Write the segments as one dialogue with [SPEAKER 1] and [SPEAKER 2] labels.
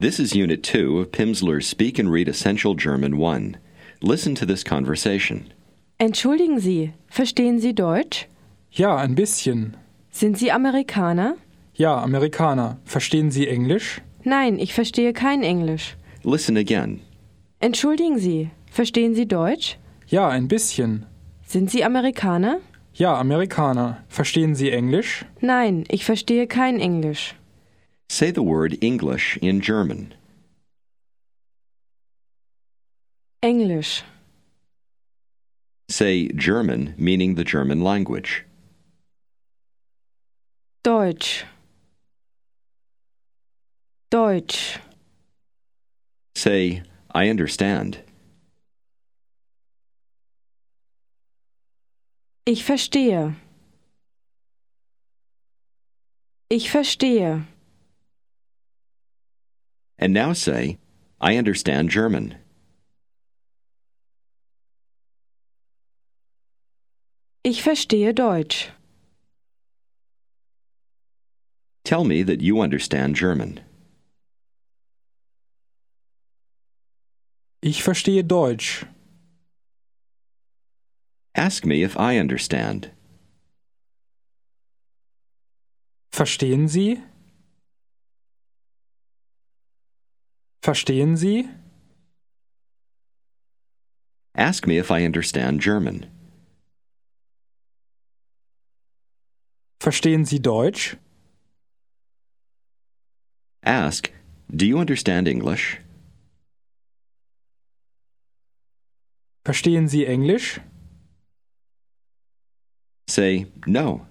[SPEAKER 1] This is Unit 2 of Pimsleur's Speak and Read Essential German 1. Listen to this conversation.
[SPEAKER 2] Entschuldigen Sie, verstehen Sie Deutsch?
[SPEAKER 3] Ja, ein bisschen.
[SPEAKER 2] Sind Sie Amerikaner?
[SPEAKER 3] Ja, Amerikaner. Verstehen Sie Englisch?
[SPEAKER 2] Nein, ich verstehe kein Englisch.
[SPEAKER 1] Listen again.
[SPEAKER 2] Entschuldigen Sie, verstehen Sie Deutsch?
[SPEAKER 3] Ja, ein bisschen.
[SPEAKER 2] Sind Sie Amerikaner?
[SPEAKER 3] Ja, Amerikaner. Verstehen Sie Englisch?
[SPEAKER 2] Nein, ich verstehe kein Englisch.
[SPEAKER 1] Say the word English in German.
[SPEAKER 2] Englisch,
[SPEAKER 1] Say German, meaning the German language.
[SPEAKER 2] Deutsch, Deutsch,
[SPEAKER 1] Say, I understand.
[SPEAKER 2] ich verstehe. Ich verstehe.
[SPEAKER 1] And now say, I understand German.
[SPEAKER 2] Ich verstehe Deutsch.
[SPEAKER 1] Tell me that you understand German.
[SPEAKER 3] Ich verstehe Deutsch.
[SPEAKER 1] Ask me if I understand.
[SPEAKER 3] Verstehen Sie? Verstehen Sie?
[SPEAKER 1] Ask me if I understand German.
[SPEAKER 3] Verstehen Sie Deutsch?
[SPEAKER 1] Ask, do you understand English?
[SPEAKER 3] Verstehen Sie Englisch?
[SPEAKER 1] Say, no.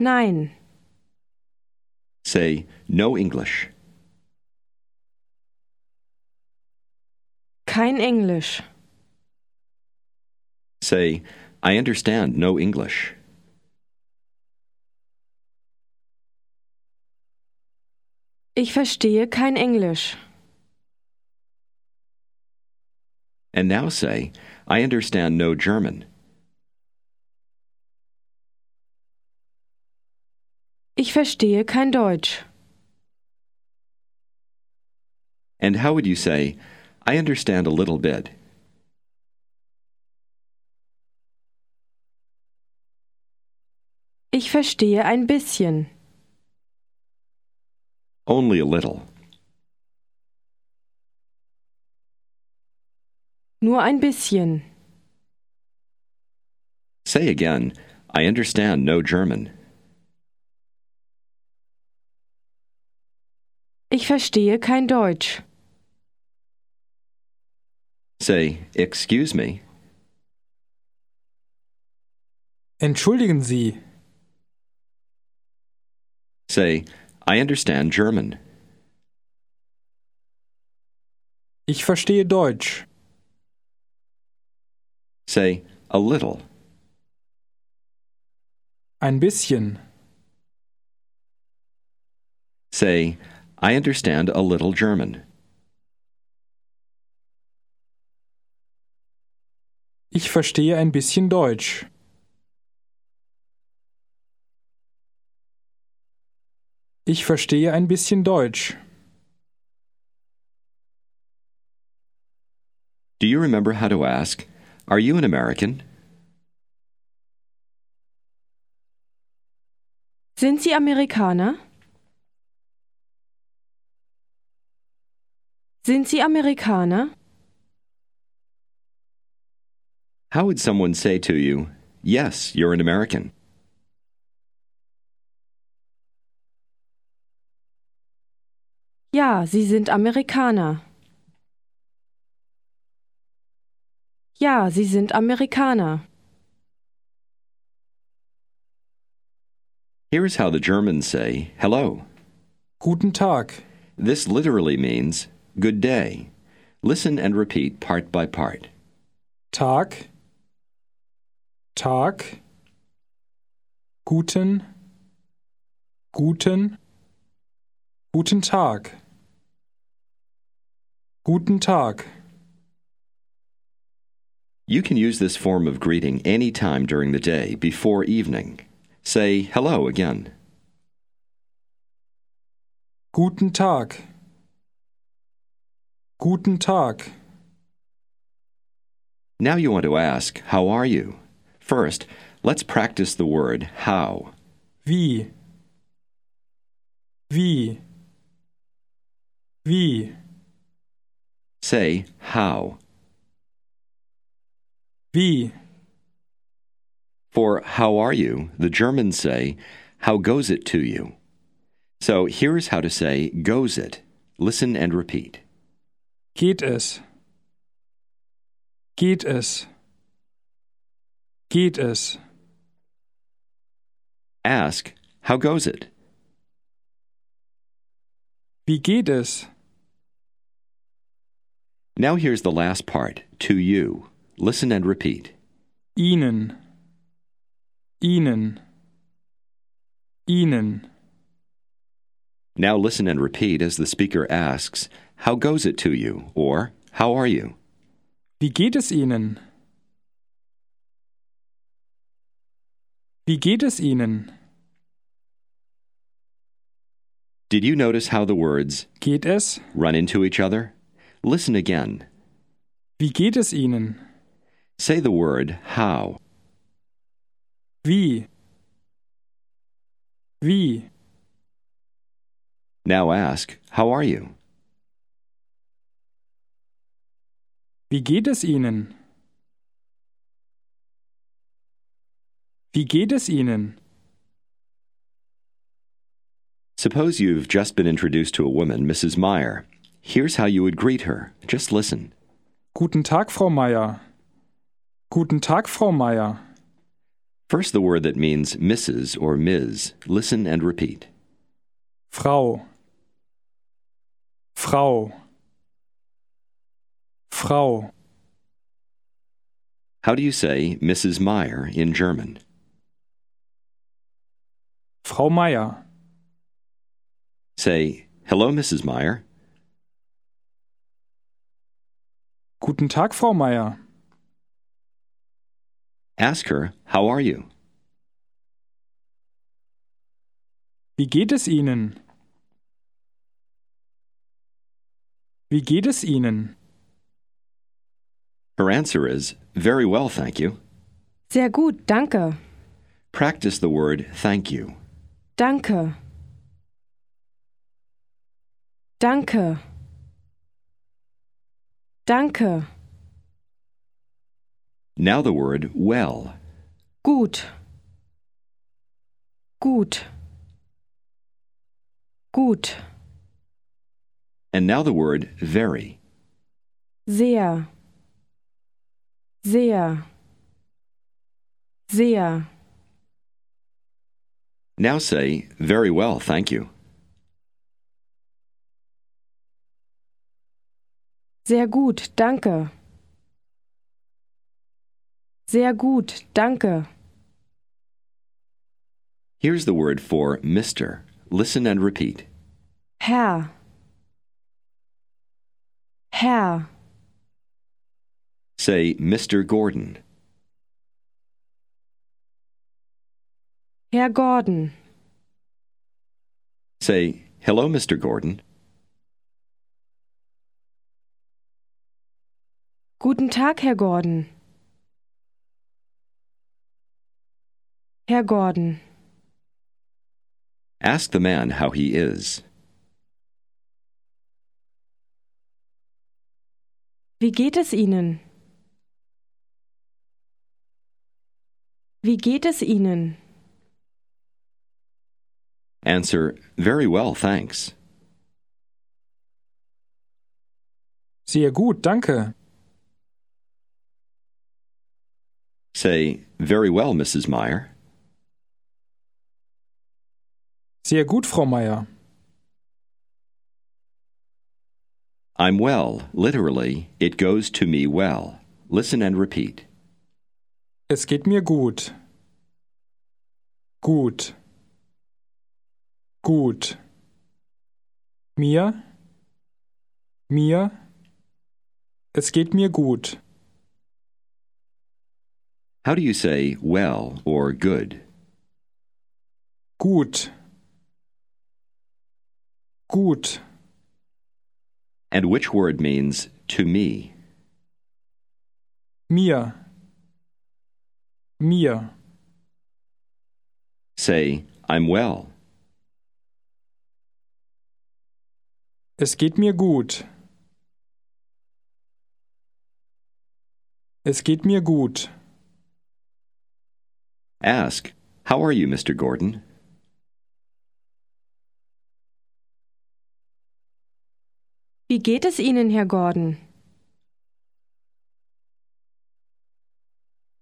[SPEAKER 2] Nein,
[SPEAKER 1] Say, no English.
[SPEAKER 2] kein Englisch.
[SPEAKER 1] Say, I understand no English.
[SPEAKER 2] Ich verstehe kein Englisch.
[SPEAKER 1] And now say, I understand no German.
[SPEAKER 2] Ich verstehe kein Deutsch.
[SPEAKER 1] And how would you say, I understand a little bit?
[SPEAKER 2] Ich verstehe ein bisschen.
[SPEAKER 1] Only a little.
[SPEAKER 2] Nur ein bisschen.
[SPEAKER 1] Say again, I understand no German.
[SPEAKER 2] Ich verstehe kein Deutsch.
[SPEAKER 1] Say, excuse me.
[SPEAKER 3] Entschuldigen Sie.
[SPEAKER 1] Say, I understand German.
[SPEAKER 3] Ich verstehe Deutsch.
[SPEAKER 1] Say, a little.
[SPEAKER 3] Ein bisschen.
[SPEAKER 1] Say, I understand a little German.
[SPEAKER 3] Ich verstehe ein bisschen Deutsch. Ich verstehe ein bisschen Deutsch.
[SPEAKER 1] Do you remember how to ask, Are you an American?
[SPEAKER 2] Sind Sie Amerikaner? Sind Sie Amerikaner?
[SPEAKER 1] How would someone say to you, Yes, you're an American?
[SPEAKER 2] Ja, Sie sind Amerikaner. Ja, Sie sind Amerikaner.
[SPEAKER 1] Here's how the Germans say, Hello.
[SPEAKER 3] Guten Tag.
[SPEAKER 1] This literally means, Good day. Listen and repeat part by part.
[SPEAKER 3] Tag. Tag. Guten. Guten. Guten Tag. Guten Tag.
[SPEAKER 1] You can use this form of greeting any time during the day before evening. Say hello again.
[SPEAKER 3] Guten Tag. Guten Tag.
[SPEAKER 1] Now you want to ask, How are you? First, let's practice the word how.
[SPEAKER 3] Wie? Wie? Wie?
[SPEAKER 1] Say, How.
[SPEAKER 3] Wie?
[SPEAKER 1] For how are you, the Germans say, How goes it to you? So here's how to say goes it. Listen and repeat.
[SPEAKER 3] Geht es? Geht es? Geht es?
[SPEAKER 1] Ask, How goes it?
[SPEAKER 3] Wie geht es?
[SPEAKER 1] Now here's the last part to you. Listen and repeat.
[SPEAKER 3] Ihnen. Ihnen. Ihnen.
[SPEAKER 1] Now listen and repeat as the speaker asks, How goes it to you? or How are you?
[SPEAKER 3] Wie geht es Ihnen? Wie geht es Ihnen?
[SPEAKER 1] Did you notice how the words
[SPEAKER 3] Geht es?
[SPEAKER 1] run into each other? Listen again.
[SPEAKER 3] Wie geht es Ihnen?
[SPEAKER 1] Say the word how.
[SPEAKER 3] Wie? Wie?
[SPEAKER 1] Now ask, How are you?
[SPEAKER 3] Wie geht es Ihnen? Wie geht es Ihnen?
[SPEAKER 1] Suppose you've just been introduced to a woman, Mrs. Meyer. Here's how you would greet her. Just listen.
[SPEAKER 3] Guten Tag, Frau Meier. Guten Tag, Frau Meier.
[SPEAKER 1] First, the word that means Mrs. or Ms. Listen and repeat.
[SPEAKER 3] Frau. Frau. Frau.
[SPEAKER 1] How do you say Mrs. Meyer in German?
[SPEAKER 3] Frau Meier.
[SPEAKER 1] Say, Hello, Mrs. Meyer.
[SPEAKER 3] Guten Tag, Frau Meier.
[SPEAKER 1] Ask her, How are you?
[SPEAKER 3] Wie geht es Ihnen? Wie geht es Ihnen?
[SPEAKER 1] Her answer is, Very well, thank you.
[SPEAKER 2] Sehr gut, danke.
[SPEAKER 1] Practice the word thank you.
[SPEAKER 2] Danke. Danke. Danke.
[SPEAKER 1] Now the word well.
[SPEAKER 2] Gut. Gut. Gut.
[SPEAKER 1] And now the word very.
[SPEAKER 2] Sehr. Sehr. Sehr.
[SPEAKER 1] Now say, Very well, thank you.
[SPEAKER 2] Sehr gut, danke. Sehr gut, danke.
[SPEAKER 1] Here's the word for Mr. Listen and repeat.
[SPEAKER 2] Herr. Herr.
[SPEAKER 1] Say, Mr. Gordon.
[SPEAKER 2] Herr Gordon.
[SPEAKER 1] Say, Hello, Mr. Gordon.
[SPEAKER 2] Guten Tag, Herr Gordon. Herr Gordon.
[SPEAKER 1] Ask the man how he is.
[SPEAKER 2] Wie geht es Ihnen? Wie geht es Ihnen?
[SPEAKER 1] Answer, Very well, thanks.
[SPEAKER 3] Sehr gut, danke.
[SPEAKER 1] Say, Very well, Mrs. Meyer.
[SPEAKER 3] Sehr gut, Frau Meier.
[SPEAKER 1] I'm well, literally, it goes to me well. Listen and repeat.
[SPEAKER 3] Es geht mir gut. Gut. Gut. Mir. Mir. Es geht mir gut.
[SPEAKER 1] How do you say well or good?
[SPEAKER 3] Gut. Gut.
[SPEAKER 1] And which word means to me?
[SPEAKER 3] Mir. Mir.
[SPEAKER 1] Say, I'm well.
[SPEAKER 3] Es geht mir gut. Es geht mir gut.
[SPEAKER 1] Ask, How are you, Mr. Gordon?
[SPEAKER 2] Wie geht es Ihnen, Herr Gordon?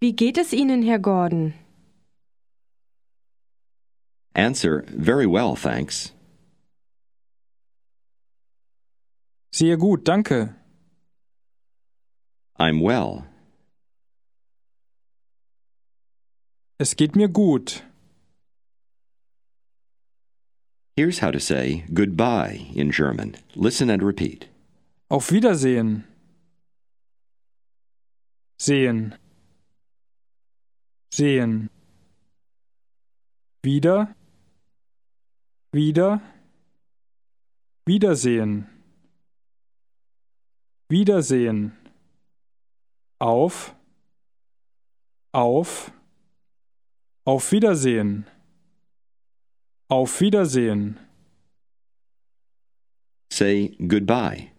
[SPEAKER 2] Wie geht es Ihnen, Herr Gordon?
[SPEAKER 1] Answer, Very well, thanks.
[SPEAKER 3] Sehr gut, danke.
[SPEAKER 1] I'm well.
[SPEAKER 3] Es geht mir gut.
[SPEAKER 1] Here's how to say goodbye in German. Listen and repeat.
[SPEAKER 3] Auf Wiedersehen. Sehen. Sehen. Wieder. Wieder. Wiedersehen. Wiedersehen. Auf. Auf. Auf Wiedersehen. Auf Wiedersehen.
[SPEAKER 1] Say goodbye.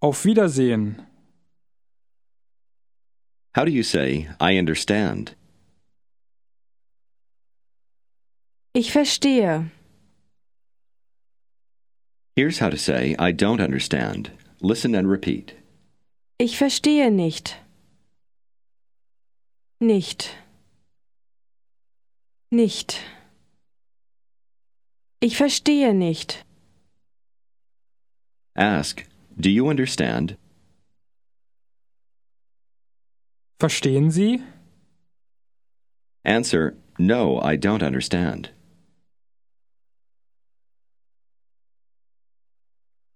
[SPEAKER 3] Auf Wiedersehen.
[SPEAKER 1] How do you say I understand?
[SPEAKER 2] Ich verstehe.
[SPEAKER 1] Here's how to say I don't understand. Listen and repeat.
[SPEAKER 2] Ich verstehe nicht. Nicht. Nicht. Ich verstehe nicht.
[SPEAKER 1] Ask, Do you understand?
[SPEAKER 3] Verstehen Sie?
[SPEAKER 1] Answer, No, I don't understand.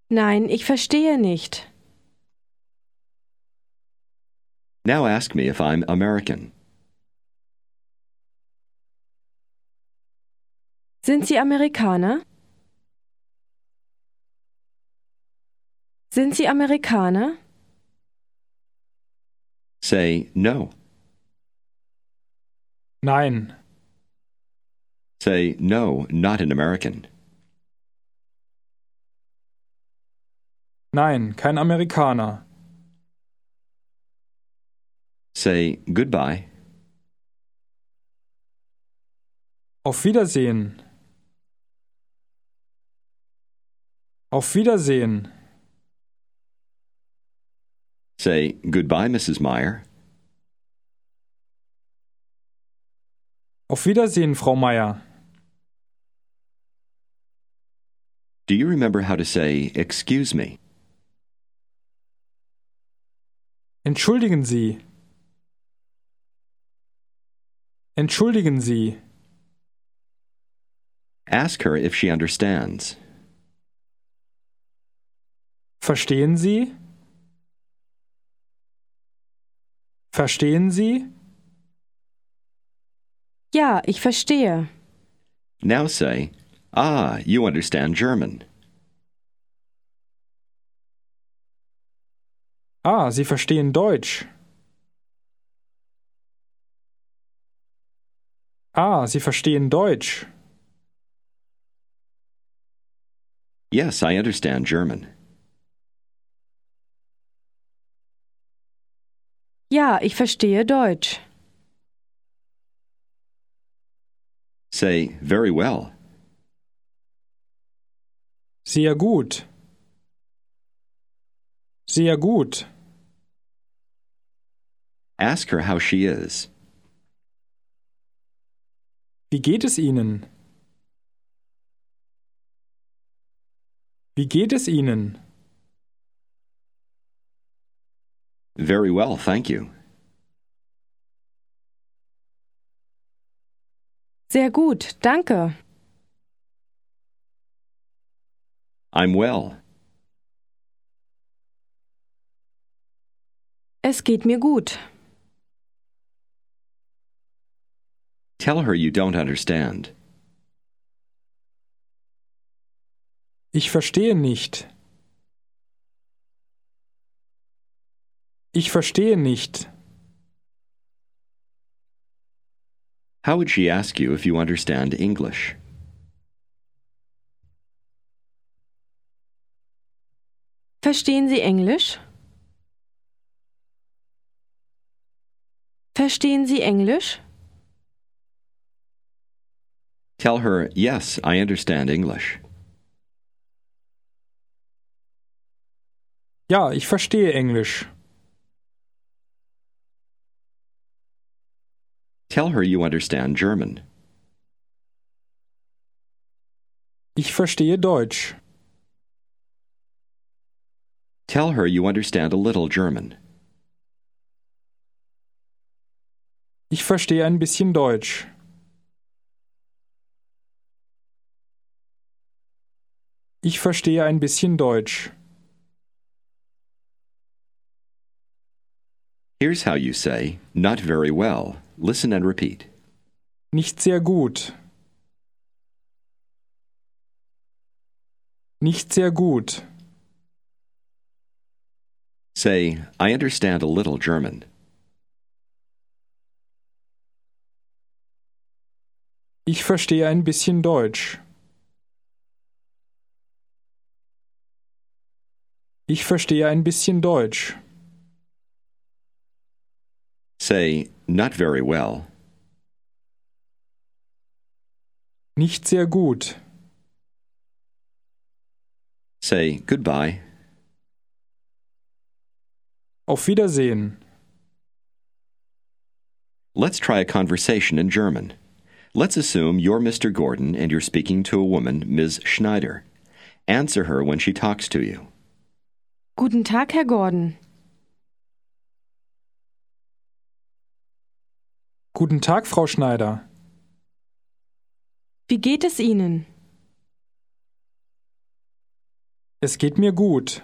[SPEAKER 2] Nein, ich verstehe nicht.
[SPEAKER 1] Now ask me if I'm American.
[SPEAKER 2] Sind Sie Amerikaner? Sind Sie Amerikaner?
[SPEAKER 1] Say no.
[SPEAKER 3] Nein.
[SPEAKER 1] Say no, not an American.
[SPEAKER 3] Nein, kein Amerikaner.
[SPEAKER 1] Say goodbye.
[SPEAKER 3] Auf Wiedersehen. Auf Wiedersehen.
[SPEAKER 1] Say goodbye, Mrs. Meyer.
[SPEAKER 3] Auf Wiedersehen, Frau Meier.
[SPEAKER 1] Do you remember how to say excuse me?
[SPEAKER 3] Entschuldigen Sie. Entschuldigen Sie.
[SPEAKER 1] Ask her if she understands.
[SPEAKER 3] Verstehen Sie? Verstehen Sie?
[SPEAKER 2] Ja, ich verstehe.
[SPEAKER 1] Now say, Ah, you understand German.
[SPEAKER 3] Ah, Sie verstehen Deutsch. Ah, Sie verstehen Deutsch.
[SPEAKER 1] Yes, I understand German.
[SPEAKER 2] Ja, ich verstehe Deutsch.
[SPEAKER 1] Say very well.
[SPEAKER 3] Sehr gut. Sehr gut.
[SPEAKER 1] Ask her how she is.
[SPEAKER 3] Wie geht es Ihnen? Wie geht es Ihnen?
[SPEAKER 1] Very well, thank you.
[SPEAKER 2] Sehr gut, danke.
[SPEAKER 1] I'm well.
[SPEAKER 2] Es geht mir gut.
[SPEAKER 1] Tell her you don't understand.
[SPEAKER 3] Ich verstehe nicht. Ich verstehe nicht.
[SPEAKER 1] How would she ask you if you understand English?
[SPEAKER 2] Verstehen Sie Englisch? Verstehen Sie Englisch?
[SPEAKER 1] Tell her, yes, I understand English.
[SPEAKER 3] Ja, ich verstehe Englisch.
[SPEAKER 1] Tell her you understand German.
[SPEAKER 3] Ich verstehe Deutsch.
[SPEAKER 1] Tell her you understand a little German.
[SPEAKER 3] Ich verstehe ein bisschen Deutsch. Ich verstehe ein bisschen Deutsch.
[SPEAKER 1] Here's how you say, not very well. Listen and repeat.
[SPEAKER 3] Nicht sehr gut. Nicht sehr gut.
[SPEAKER 1] Say, I understand a little German.
[SPEAKER 3] Ich verstehe ein bisschen Deutsch. Ich verstehe ein bisschen Deutsch.
[SPEAKER 1] Say, not very well.
[SPEAKER 3] Nicht sehr gut.
[SPEAKER 1] Say, goodbye.
[SPEAKER 3] Auf Wiedersehen.
[SPEAKER 1] Let's try a conversation in German. Let's assume you're Mr. Gordon and you're speaking to a woman, Ms. Schneider. Answer her when she talks to you.
[SPEAKER 2] Guten Tag, Herr Gordon.
[SPEAKER 3] Guten Tag, Frau Schneider.
[SPEAKER 2] Wie geht es Ihnen?
[SPEAKER 3] Es geht mir gut.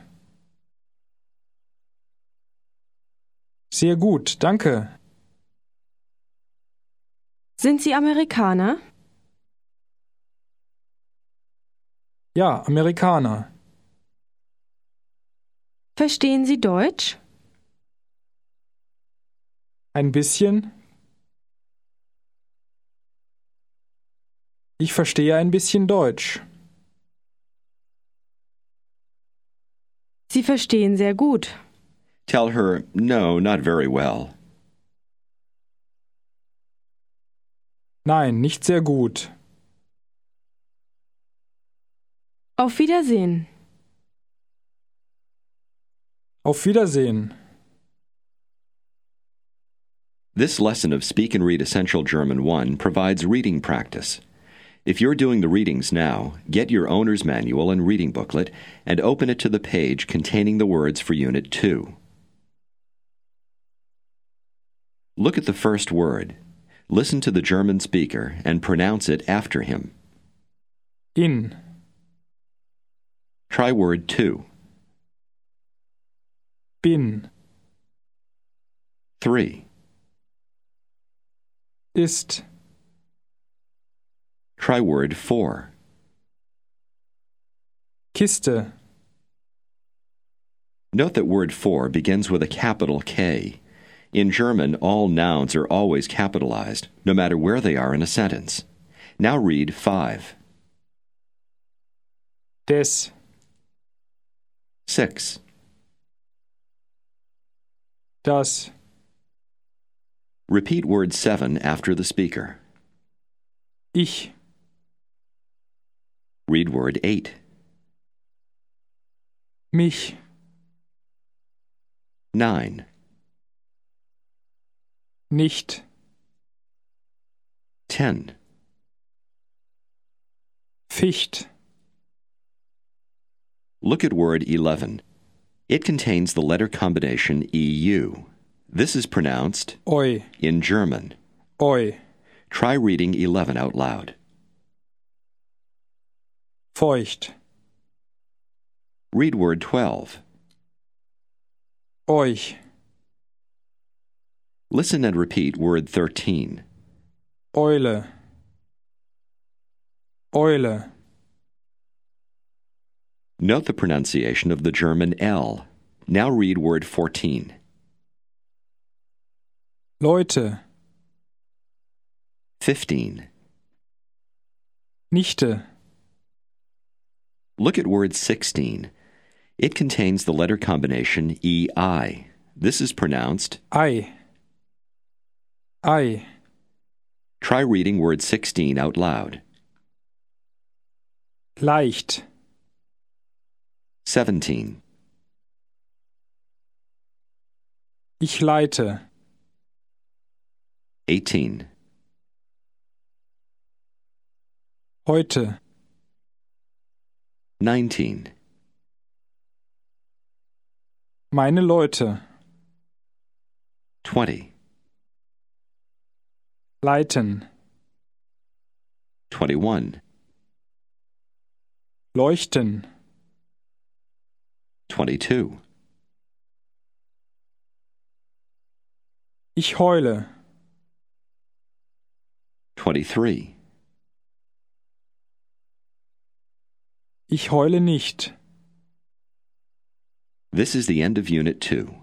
[SPEAKER 3] Sehr gut, danke.
[SPEAKER 2] Sind Sie Amerikaner?
[SPEAKER 3] Ja, Amerikaner.
[SPEAKER 2] Verstehen Sie Deutsch?
[SPEAKER 3] Ein bisschen. Ich verstehe ein bisschen Deutsch.
[SPEAKER 2] Sie verstehen sehr gut.
[SPEAKER 1] Tell her, no, not very well.
[SPEAKER 3] Nein, nicht sehr gut.
[SPEAKER 2] Auf Wiedersehen.
[SPEAKER 3] Auf Wiedersehen.
[SPEAKER 1] This lesson of Speak and Read Essential German 1 provides reading practice. If you're doing the readings now, get your owner's manual and reading booklet and open it to the page containing the words for Unit 2. Look at the first word. Listen to the German speaker and pronounce it after him.
[SPEAKER 3] In.
[SPEAKER 1] Try word 2.
[SPEAKER 3] Bin.
[SPEAKER 1] 3.
[SPEAKER 3] Ist.
[SPEAKER 1] Try word 4.
[SPEAKER 3] Kiste.
[SPEAKER 1] Note that word for begins with a capital K. In German, all nouns are always capitalized, no matter where they are in a sentence. Now read 5,
[SPEAKER 3] Des.
[SPEAKER 1] 6,
[SPEAKER 3] Das.
[SPEAKER 1] repeat word 7 after the speaker.
[SPEAKER 3] Ich.
[SPEAKER 1] Read word 8,
[SPEAKER 3] Mich.
[SPEAKER 1] 9,
[SPEAKER 3] Nicht.
[SPEAKER 1] 10,
[SPEAKER 3] Ficht.
[SPEAKER 1] Look at word 11. It contains the letter combination EU. This is pronounced
[SPEAKER 3] Oi.
[SPEAKER 1] in German.
[SPEAKER 3] Oi.
[SPEAKER 1] Try reading 11 out loud.
[SPEAKER 3] Feucht.
[SPEAKER 1] Read word 12.
[SPEAKER 3] Euch.
[SPEAKER 1] Listen and repeat word 13.
[SPEAKER 3] Eule. Eule.
[SPEAKER 1] Note the pronunciation of the German L. Now read word 14.
[SPEAKER 3] Leute,
[SPEAKER 1] 15.
[SPEAKER 3] Nichte,
[SPEAKER 1] Look at word 16. It contains the letter combination EI. This is pronounced.
[SPEAKER 3] Ei. Ei,
[SPEAKER 1] Try reading word 16 out loud.
[SPEAKER 3] leicht,
[SPEAKER 1] 17.
[SPEAKER 3] ich leite,
[SPEAKER 1] 18.
[SPEAKER 3] heute,
[SPEAKER 1] 19.
[SPEAKER 3] meine Leute,
[SPEAKER 1] 20.
[SPEAKER 3] leiten,
[SPEAKER 1] 21.
[SPEAKER 3] leuchten,
[SPEAKER 1] 22.
[SPEAKER 3] ich heule,
[SPEAKER 1] 23.
[SPEAKER 3] ich heule nicht.
[SPEAKER 1] This is the end of Unit 2.